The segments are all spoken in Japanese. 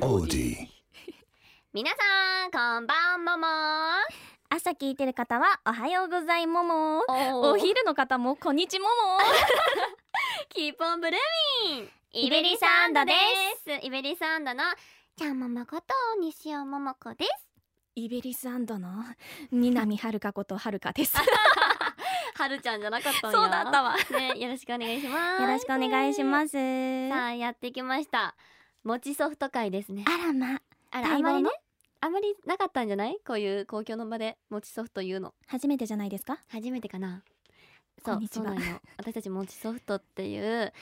オーディ皆さんこんばんもも朝聞いてる方はおはようございももおお昼の方もこんにちももキーポンブルーミンイベリサンドですイベリサンドのちゃんももこと西尾桃子です イベリスの南遥香こと遥香ですよはるちゃんじゃなかったんやそうだったわねよろしくお願いしますろしくお願いしますさああやってきましたもちソフト会ですねらまああん待望のまりねあまりなかったんじゃないこういう公共の場でもちソフト言うの初めてじゃないですか初めてかなこんにちそうはそうなの私たちもちソフトっていう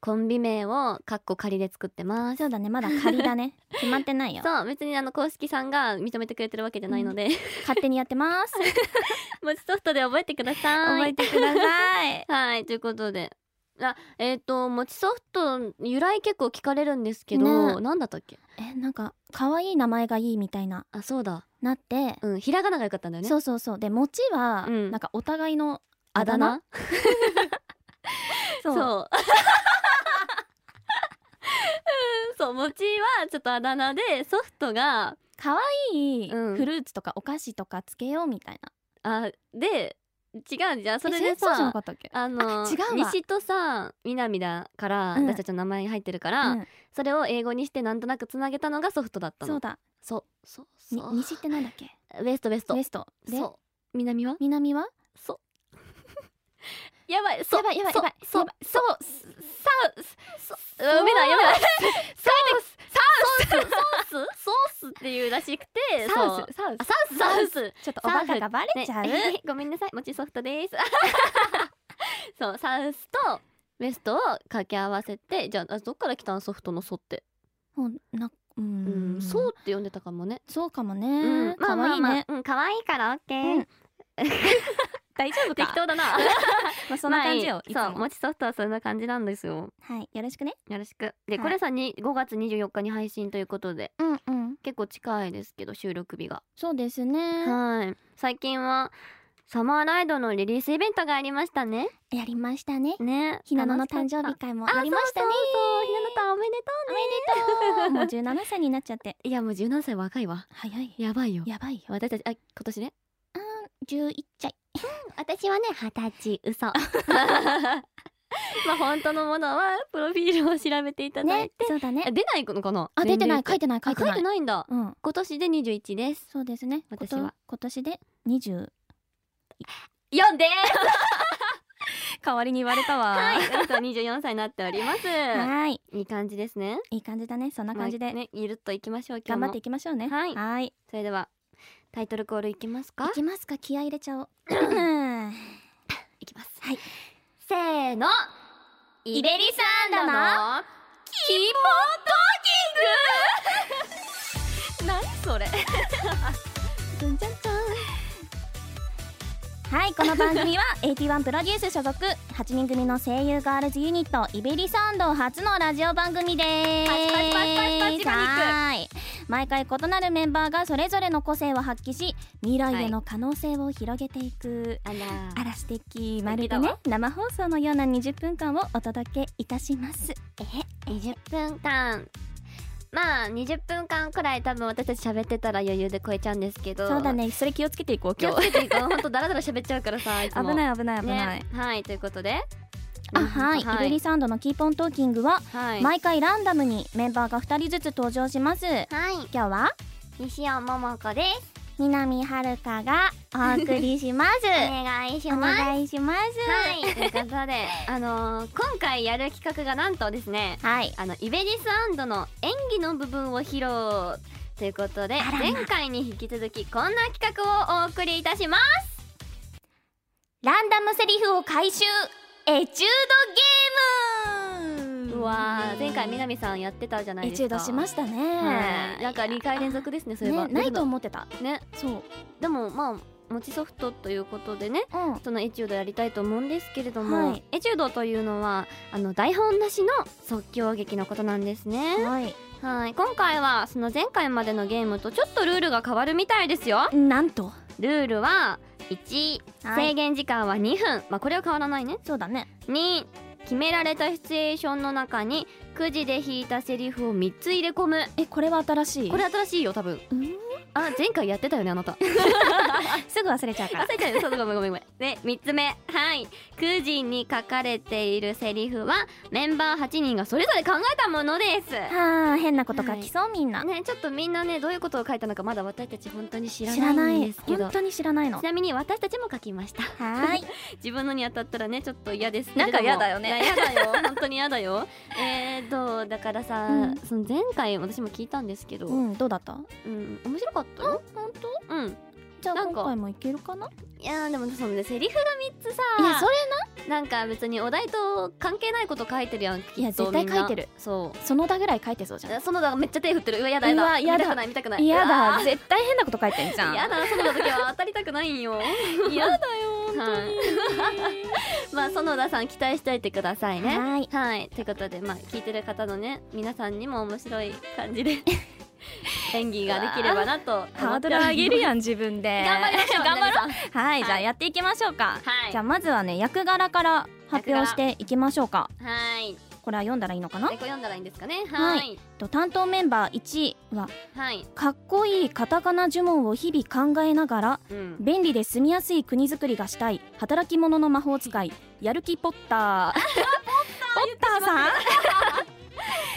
コンビ名をカッコ仮で作ってますそうだねまだ仮だ ね決まってないよそう別にあの公式さんが認めてくれてるわけじゃないので、勝手にやってます もちソフトで覚えてください覚えてくださ いはいということであえっ、ともちソフト由来結構聞かれるんですけねど、なんだったっけえなんか可愛い名前がいいみたいなあそうだなって、うんひらがなが良かったんだよねそうそうそうで餅は、うんなんかお互いのあだ名 そうそう うんそう餅はちょっとあだ名でソフトが可愛いうんフルーツとかお菓子とかつけようみたいな、あで違うじゃんそれえでそうじゃさなかったっけあのあ違うわ西とさ南だから、うん私たちの名前が入ってるから、うん、それを英語にしてなんとなくつなげたのがソフトだったのそうだそうそうにそう西ってなんだっけウエストウエストウエストでそう南は南はそうやばいそうやばいやばいそやうばいそうやばそいそううそう読めない読めないソースソースっていうらしくてサそうウスサウあスサウスサウスちょっとおバカがバレちゃう、 ね、 ごめんなさいもちソフトです そうサウスとウエストを掛け合わせてじゃああどっから来たんソフトの「ソ」ってもうなうーうんん「ソ」って呼んでたかもねそうかもね、うんま可あ愛まあいね、ま あうん可愛いからオッケう ーん大丈夫か適当だ なまあ、そんな感じよ、まあいいいつもそうもちソフトはそんな感じなんですよはいよろしくねよろしくではいこれさに5月24日に配信ということでうんうん結構近いですけど収録日がそうですねはい最近はサマーライドのリリースイベントがありましたねやりましたねねひなのの誕生楽しかっ日た会もありましたねあそうそうそうひなのたんおめでとうねおめでとうもう17歳になっちゃっていやもう17歳若いわ早いやばいよやばいよ私たちあ今年ね11歳私はね二十歳 嘘まあ本当のものはプロフィールを調べていただいねて、そうだあね出ないのかなあ出てない書年いてない書齢っいてあ書いてなていないんだうん今年で21ですそうですね私ことは今年で20読んで 代わりに言われたわは、はいうんと24歳になっております。いいい感じですね。いい感じだねそんな感じまであね、ゆるっといきましょう。今日頑も張っていきましょうねはいはいそれではタイトルコールいきますかい。きますか気合い入れちゃ おううんいきます。はい。せーの。イベリサンドのキーボートーキング。何それ。じゃんじゃんじゃんはいこの番組は AT1 プロデュース所属8人組の声優ガールズユニットイベリサウンド初のラジオ番組ですパチパチパチパチパチパチはい毎回異なるメンバーがそれぞれの個性を発揮し未来への可能性を広げていく、あらあら素敵素ま敵るだでわね生放送のような20分間をお届けいたしますえ、20分間。まあ20分間くらい多分私たち喋ってたら余裕で超えちゃうんですけど。そうだ。ねそれ気をつけていこう気今を日つけていこう。本当ダラダラ喋っちゃうから さ。いつ危もない危ない危ない、ね、はいということであはい、イベリサウンドのキーポントーキングははい、毎回ランダムにメンバーが2人ずつ登場しますはい、今日は西尾桃子です南遥香がお送りしま すお願いしおますは願いしますいということであのー今回やる企画がなんとですねはい、あのイベリスアンドの演技の部分を披露ということであらま前回に引き続きこんな企画をお送りいたしますランダムセリフを回収エチュードゲームうわー前回南さんやってたじゃないエでチすュードかしましたね、はいなんか2回連続ですねそれは、ねないと思ってたねそうでもまあ持ちソフトということでねうんそのエチュードやりたいと思うんですけれども、はいエチュードというのはあの台本なしの即興劇のことなんですね。はいはい、今回はその前回までのゲームとちょっとルールが変わるみたいですよ。なんと、ルールは1、は制限時間は2分、まあこれは変わらないね。そうだね2、決められたシチュエーションの中にくじで引いたセリフを3つ入れ込むえこれは新しいこれ新しいよ多分うんあ前回やってたよね あなたすぐ忘れちゃうから忘れちゃうよそうそうごめんごめんごめんで3つ目はいくじに書かれているセリフはメンバー8人がそれぞれ考えたものですはあ変なこと書きそう、みんな、ねちょっとみんなねどういうことを書いたのかまだ私たち本当に知ら知らなないんいですけど本当に知らないのちなみに私たちも書きましたはーい自分のに当たったらねちょっと嫌ですけれどなんもか嫌だよねいや嫌 だよ本当に嫌だよえーとだからさ、うんその前回私も聞いたんですけど、ううんんどうだった面白かったよ本当うんじゃあなんか今回もいけるかないやーでもそのねセリフが3つさいやそれなんか別にお題と関係ないこと書いてるやんいきやっと絶対みんな書いてるそうそのだぐらい書いてそうじゃんそのだめっちゃ手振ってるうわやだやうわだやだ見たくない見たくない嫌うわだ絶対変なこと書いてんじゃーんやだそのだ時は当たりたくないん よ嫌だよはいまあ園田さん期待しておいてくださいねはーいはい、ということで、まあ、聞いてる方のね、皆さんにも面白い感 じで演技ができればなと思っております。ハードル上げるやん自分で頑張りましょう、頑張ろろう。うはいいじゃあやっていきましょうかはいじゃあまずはね役柄から発表していきましょうかはい、でこれは読んだらいいのかなこれえっ読んだらいいんですかね。はいはい、と担当メンバー1位ははい、かっこいいカタカナ呪文を日々考えながらうん。便利で住みやすい国づくりがしたい働き者の魔法使いやる気ポッターポッターさん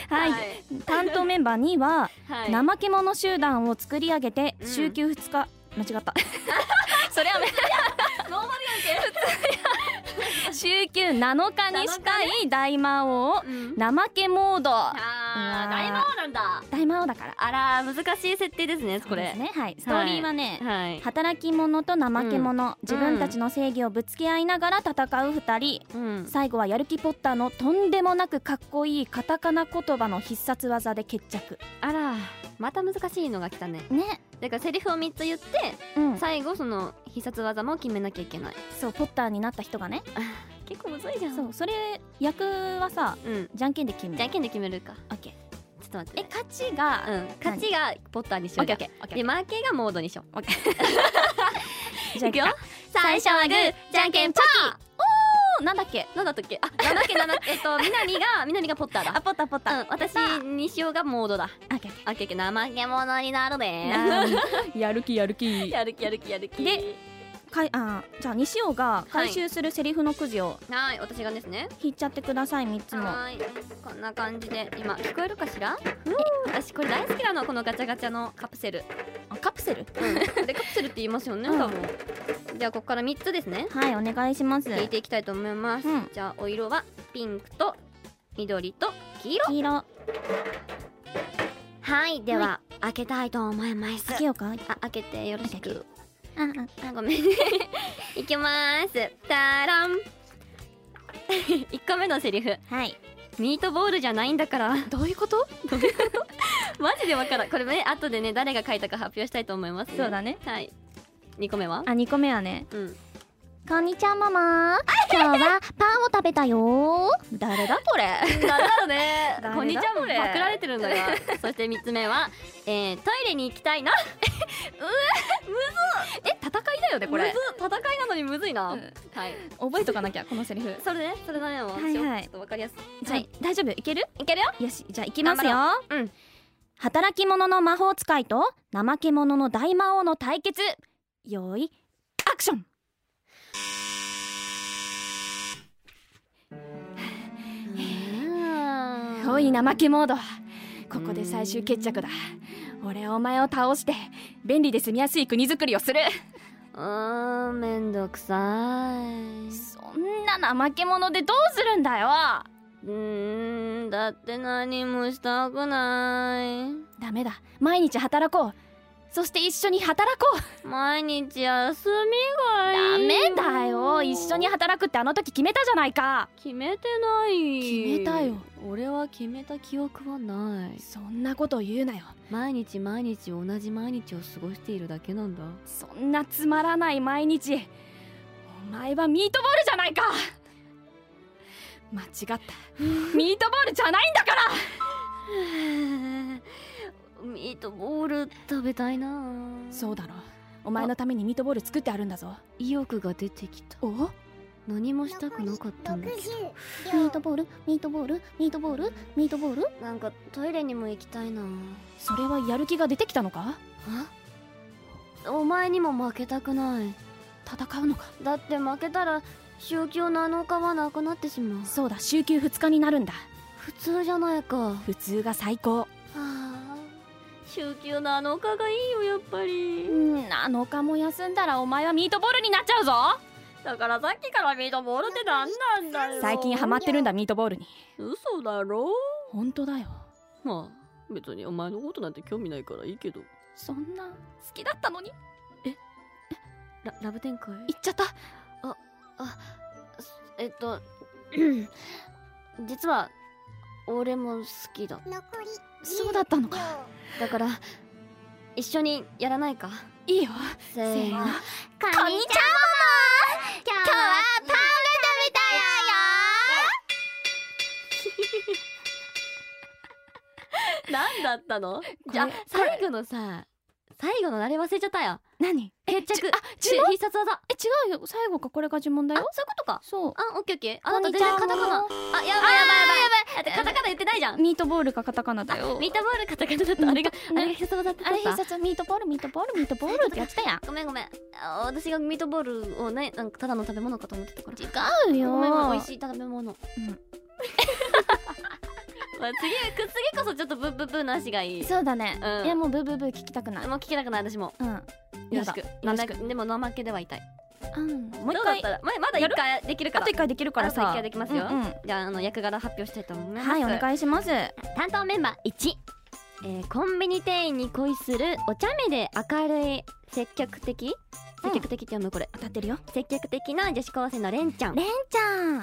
はい、はい、担当メンバー2は、はい、怠け者集団を作り上げてうん週休2日、間違った それはめノーマ週休7日にしたい大魔王ルやんけ。怠けモードあうわーあ、大魔王なんだ。大魔王だからあら、難しい設定ですね、こそうでれす。ねはいストーリーはね、はい。働き者と怠け者、自分たちの正義をぶつけ合いながら戦う2人、うん。最後はやる気ポッターのとんでもなくかっこいいカタカナ言葉の必殺技で決着あら、また難しいのが来たね。ねだからセリフを三つ言って、うん最後その必殺技も決めなきゃいけない。そうポッターになった人が ね結構むずいじゃん。そうそれ役はさうん。じゃんけんで決めじゃるんけんで決めるか。オッケーちょっと待ってえね。勝ちがうん。勝ちがポッターにしよう。オッケーオッケで、ー負けがモードにしよう。じゃあいくよ行くか最初はグーじゃんけんパおなんだっけーなんだったっけあ、なんだっけ、なんだっけ。えっ と、みなみが、みなみがポッターあだ。ポッターポッタうーん、私、西尾がモードだ。オッケーオッケーあ、けけ、怠け者になるでやる 気やる気 やる気やる気やる気。で、かいあーじゃあ西尾が回収するセリフのくじをはい、私がですね。引いちゃってください3つもはーい。こんな感じで、今、聞こえるかしらえ私、これ大好きなの、このガチャガチャのカプセル。あカプセルうん。 で、カプセルって言いますよね、うん多分。じゃあ、ここから三つですね。はいお願いします引いていきたいと思います、うんじゃあお色はピンクと緑と黄色黄色はいでは、開けたいと思います開けようかあ開けてよろしくあああごめんね いきますたらん 一個目のセリフはい。ミートボールじゃないんだから どういうこと？マジでわからんこれね後でね誰が書いたか発表したいと思います、そうだねはい二個目はあ、二個目はね。うんこんにちはママ。今日はパンを食べたよ。誰だこれ？なんだろうね誰だこんにちはもパこクれられてるんだがそして三つ目は、えー、トイレに行きたいなうえむずえ戦いだよねこむれず戦いなのにむずいな、うんはい覚えとかなきゃこのセリフ。それねそれだねもう、はいはいちょっとわかりやすいははいい。大丈夫？いける？いけるよよし。じゃあ行きますよ頑。うん働き者の魔法使いと怠け者の大魔王の対決。よーい。アクション。おい怠けモードここで最終決着だ俺はお前を倒して便利で住みやすい国づくりをするうーんめんどくさいそんな怠け者でどうするんだようーんだって何もしたくないダメだ毎日働こうそして一緒に働こう毎日休みダがいいメだよ一緒に働くってあの時決めたじゃないか決めてない決めたよ俺は決めた記憶はないそんなこと言うなよ毎日毎日同じ毎日を過ごしているだけ なんだそんなつまらない毎日お前はミートボールじゃないか間違ったミートボールじゃないんだから ミートボール食べたいなそうだろお前のためにミートボール作ってあるんだぞ意欲が出てきたお何もしたくなかったんだけどミートボールミートボールミートボールミートボールなんかトイレにも行きたいなそれはやる気が出てきたのかあお前にも負けたくない戦うのかだって負けたら週休7日はなくなってしまうそうだ週休2日になるんだ普通じゃないかは普通が最高あ週休7日がいいよやっぱりうん7日も休んだらお前はミートボールになっちゃうぞだからさっきからミートボールって何なんだよ最近ハマってるんだミートボールに嘘だろ本当だよまあ別にお前のことなんて興味ないからいいけどそんな好きだったのにララブ展開言っちゃったえっと実は俺も好きだそうだったのかだから一緒にやらないかいいよせせーーののこんにちはもも今日はパンが食べた何だったのじゃこれ最後のさ最後のあれ忘れちゃったよ何決着あ必呪文殺技え違うよ最後かこれが呪文だあそういうよことかそうあオッケーオッケーあこなんんにた全ちは然カタカナあやばいやばいやばいやばいだってカタカナ言ってないじゃんミートボールかカタカナだよミートボールカタカナだったあれがあれが必殺技だったあれ必殺ミートボールミートボールミートボールってやってたやんごめんごめんあ私がミートボールをねなんかただの食べ物かと思ってたから違うよごめんごめん美味しい食べ物、 んまあ、次く次こそちょっとブッブッブーなしがいいそうだね、うんいやもうブーブーブー聞きたくないもう聞けなくない私もうんよろやしだくよろなしんくだでも怠けでは痛いうんもどうう一だっ回たらままだ一回できるかあらと一回できるからさあと一回できますようんうんじゃああの役柄発表したいと思いますはいお願いします担当メンバー1、えーコンビニ店員に恋するお茶目で明るい積極的積極的って読むこれ、当たってるよ積極的な女子高生のレンちゃんレンちゃん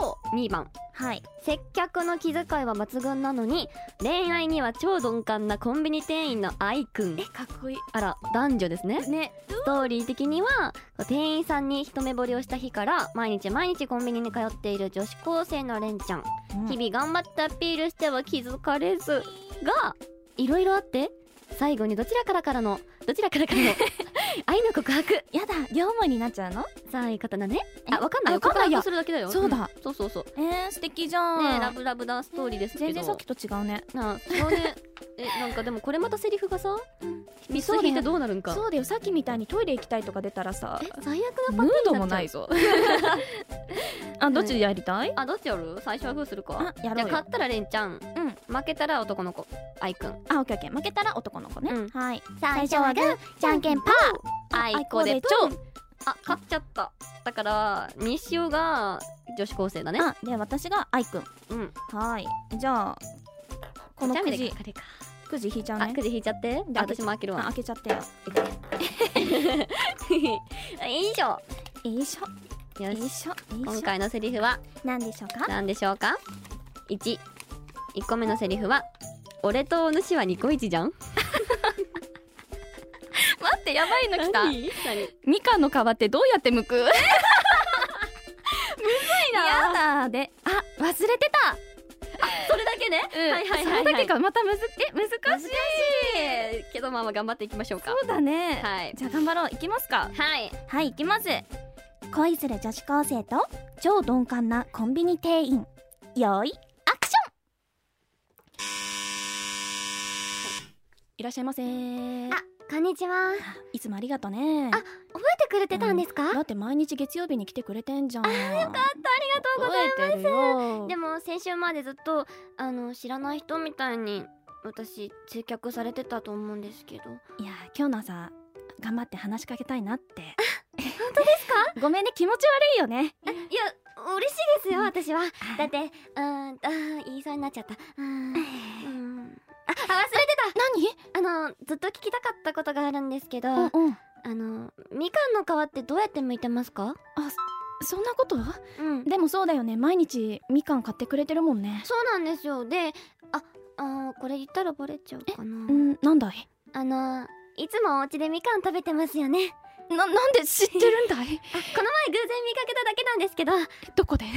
と2番はい接客の気遣いは抜群なのに恋愛には超鈍感なコンビニ店員の愛くんかっこいいあら男女ですねねストーリー的には店員さんに一目惚れをした日から毎日毎日コンビニに通っている女子高生のレンちゃん日々頑張ってアピールしては気づかれずがいろいろあって最後にどちらからからのどちらから からの愛の告白やだ両思いになっちゃうのさあいう方だねえあわかんないあわかんない告や白するだけだよそうだんそうそうそうえー、素敵じゃんねえラブラブなストーリーですけど全然さっきと違うねなあそうねえなんかでもこれまたセリフが さミス引いてどうなるんかそうだよさっきみたいにトイレ行きたいとか出たらさえ最悪なパムータードンになもっちゃうないぞ あどっちでやりたい、あどっちやる最初はグーするかあじゃやろあうよ勝ったらレンちゃん、ん負けたら男の子愛くんあオッケーオッケー負けたら男の子ね、うんはい最初はグーじゃんけんパ愛子でちょんあ勝っちゃっただから西尾が女子高生だねあで私が愛くんうんはいじゃあこのじゃあく見てじくれかくじ引いちゃうあねくじ引いちゃってじゃあ私も開けるあわ開けちゃってよ 以上よいしょよよいししょよい今しょ回のセリフはなんでしょうか何でしょうか11個目のセリフは「俺とお主はニコイチじゃん」 待ってやばいの来た何みかんの皮ってどうやって剥く むずいなやだであ忘れてたそれだけね、 うんはいはいはい、はい、それだけかまたむずえ難しいえーけどまあまあ頑張っていきましょうかそうだね、はいじゃあ頑張ろういきますかはいはいいきます恋する女子高生と超鈍感なコンビニ店員よいアクシいらっしゃいませあこんにちはいつもありがとねあ覚えてくれてたんですか、だって毎日月曜日に来てくれてんじゃんあよかったありがとうございますでも先週までずっとあの知らない人みたいに私接客されてたと思うんですけどいや今日の朝頑張って話しかけたいなって本当ですか ごめんね気持ち悪いよねいや嬉しいですよ私はだってうーんあー言いそうになっちゃったうーんうーんああ忘れてた何あのずっと聞きたかったことがあるんですけどあうんうんのみかんの皮ってどうやって剥いてますかそんなことうんでもそうだよね毎日みかん買ってくれてるもんねそうなんですよでああーこれ言ったらバレちゃうかなうんなんだいあのいつもお家でみかん食べてますよねななんで知ってるんあこのだい前偶然見かけただけなんですけどどこで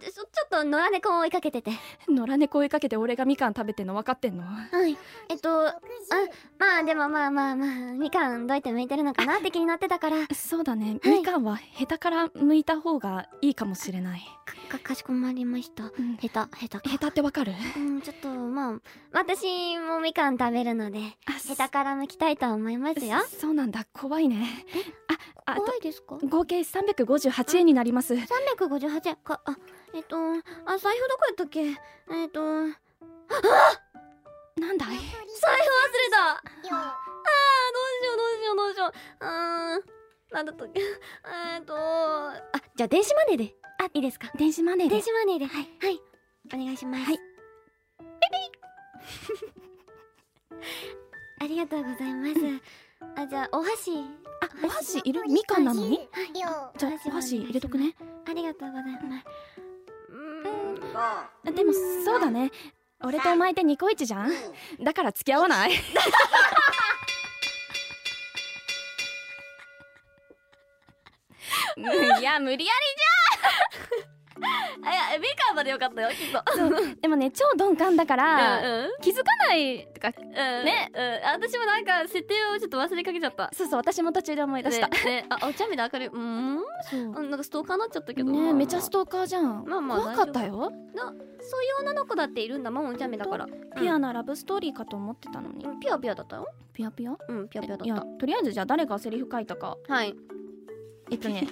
ちょちょっと野良猫を追いかけてて野良猫追いかけて俺がみかん食べてんの分かってんのはいえっとあまあでもまあまあまあみかんどうやって向いてるのかなって気になってたからかそうだね、はいみかんはヘタから剥いた方がいいかもしれない、かかしこまりましたうん、下手下手かヘタってわかるうんちょっとまあ私もみかん食べるのであ下手から剥きたいと思いますよそそうなんだ怖いねああ怖いですかと合計358円になります358円かあえっとあ財布どこやったっけえっと財布忘れなんだいたあーどうしようどうしようどうしよううーんなんだったっけえっとあじゃあ電子マネーであいいですか電子マネーで電子マネーではいはいお願いしますはいピピありがとうございますあじゃあお箸あお箸いるみかんなのにじゃあおお箸お箸願いします入れとくねありがとうございますうーんあでもそうだね俺とお前ってニコイチじゃんだから付き合わないいや無理やり あいやメーカーまでよかったよきっとでもね超鈍感だから、うんうん気づかないとかね、うん、私もなんか設定をちょっと忘れかけちゃった。そうそう私も途中で思い出した、ねねあ、お茶目で明るい。うーん、そううんなんかストーカーになっちゃったけど。ねえめちゃスそトーカーじゃん、まあまあ怖かったうよいう女の子だっているんだもん、お茶目だから。ピュアなラブストーリーかと思ってたのに、うんピュアピュアだったよ。ピュアピュアうん、ピュアピュアいだやっとりあえずじゃあ誰がセリフ書いたかた。はい。えっとね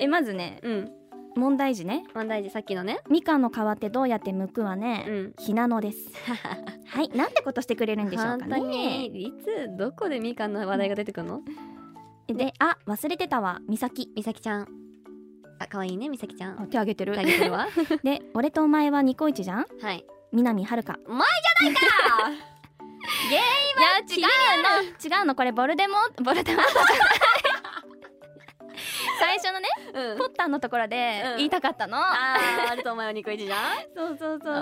えまずねうん。問題児ね問題児さっきのね。みかんの皮ってどうやって剥くはね、うん。ひなの ですはいなんてことしてくれるんでしょう本か当にねいつどこでみかんの話題が出てくるの？であ忘れてたわみさきみさきちゃん。あ、可愛いねみさきちゃん。手挙げてるあげてるわ。で俺とお前はニコイチじゃんはい。南はるかい や違う違うのこれボルデモボ ルデモ最初のねの。う んポ。ッターのところでうん言いたかったの、あーあると思うよニコイチじゃん。そうそうそおうそうそう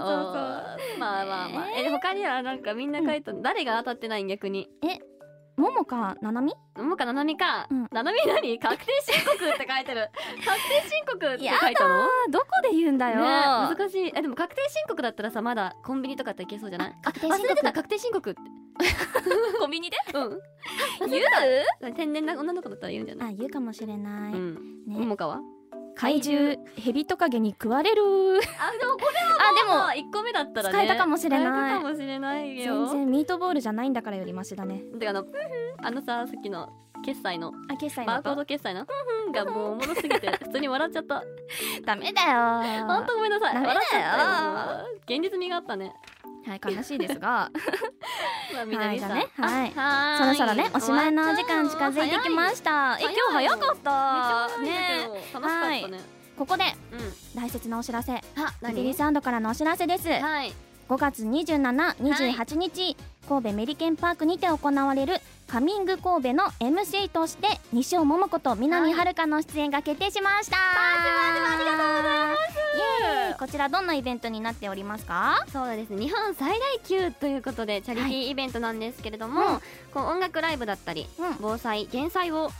ーまあまあまあ。え他にはなんかみんな書いたの、誰が当たってないん逆に。ももかななみもかななみかうん。ななみ何確定申告って書 いてる。確定申告って書いたの？あどこで言うんだねよ、難しい。えでも確定申告だったらさまだコンビニとかっていけそうじゃない？確定忘申れてた告確定申告って。コンビニでうん。 言う天然な女の子だったら言うんじゃない？、あ言うかもしれないうん。ねもかは？怪獣ヘビトカゲに食われるあでもこれあは一個目だったらね。使えたかもしれない使えたかもしれないでもよ。全然ミートボールじゃないんだからよりマシだねてかあのあのささっきの決済のあ決済バのーコーとド決済のふんふんがもうおもろすぎ て普通に笑っちゃった。ダメだよほんとごめんなさい。ダメだよ笑っちゃったよ。現実味があったね。はい悲しいです がまあ、みなはいみさじゃん。あねはいはそろそろねおしまいのお時終わ間っちゃ近うづいてきましたえ早今い日早かっためっちゃね早いんだけど楽しかったね。ここでう大切なお知らせん。あ、イギリ何スアンドからのお知らせです5はい。月2728日、神戸メリケンパークにて行われるカミング神戸の MC として西尾桃子と南はるかの出演が決定しました、ありがとうございますイエーイこちらどんなイベントになっておりますかそうですね日本最大級ということでチャリティーイベントなんですけれども、はこう音楽ライブだったり、うん防災減災を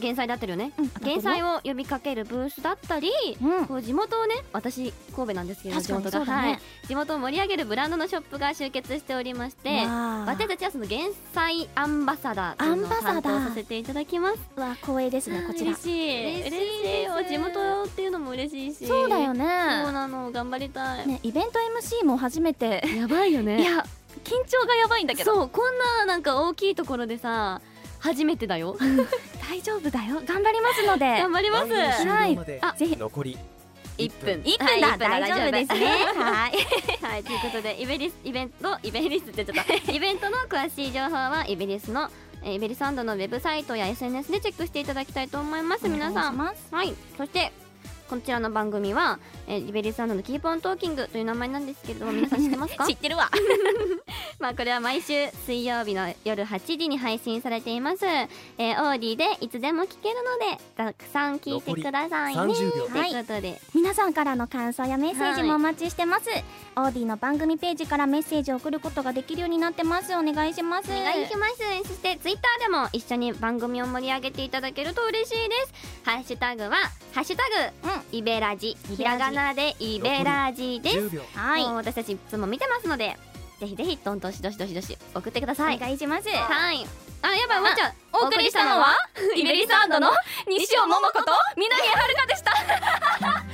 減災だってるよねうん減災を呼びかけるブースだったりうんこう地元をね私神戸なんですけど確地かに元が、そうだねはい地元を盛り上げるブランドのショップが集結しておりましてわあ私たちはその減災アンバサダーというのをアンバサダ担ー当させていただきますうわ光栄ですねこちら嬉しい嬉しいです嬉しいよ地元っていうのも嬉しいしそうだよそうねなの頑張りたい、ねイベント MC も初めてやばいよねいや緊張がやばいんだけどそうこんななんか大きいところでさ初めてだよ大丈夫だよ頑張りますので頑張ります番組終了まではいあぜひ残り一分1分だ、はい大丈夫ですねはい はいということでイベリスイベントイベリスって言っちゃったイベントの詳しい情報はイベリスのえーイベリスアンドのウェブサイトや SNS でチェックしていただきたいと思います皆さんはいそしてこちらの番組は、 えーイベリスアンドのキーポントーキングという名前なんですけれども皆さん知ってますか知ってるわ まあこれは毎週水曜日の夜8時に配信されています、えー、オーディでいつでも聴けるのでたくさん聴いてくださいね残り30秒ということで、皆さんからの感想やメッセージもお待ちしてます、オーディの番組ページからメッセージを送ることができるようになってますお願いしますお願いしますそしてツイッターでも一緒に番組を盛り上げていただけると嬉しいですハッシュタグは「ハッシュタグ、イベラジ」ひイベラらジがなで「イベラジ」です10秒はいもう私たちいつも見てますのでぜひぜひどんどしどしどしどし送ってくださいお願いしますはいあやばいもうちゃん お送りしたのはイベリサンドの西尾桃子と南谷遥でした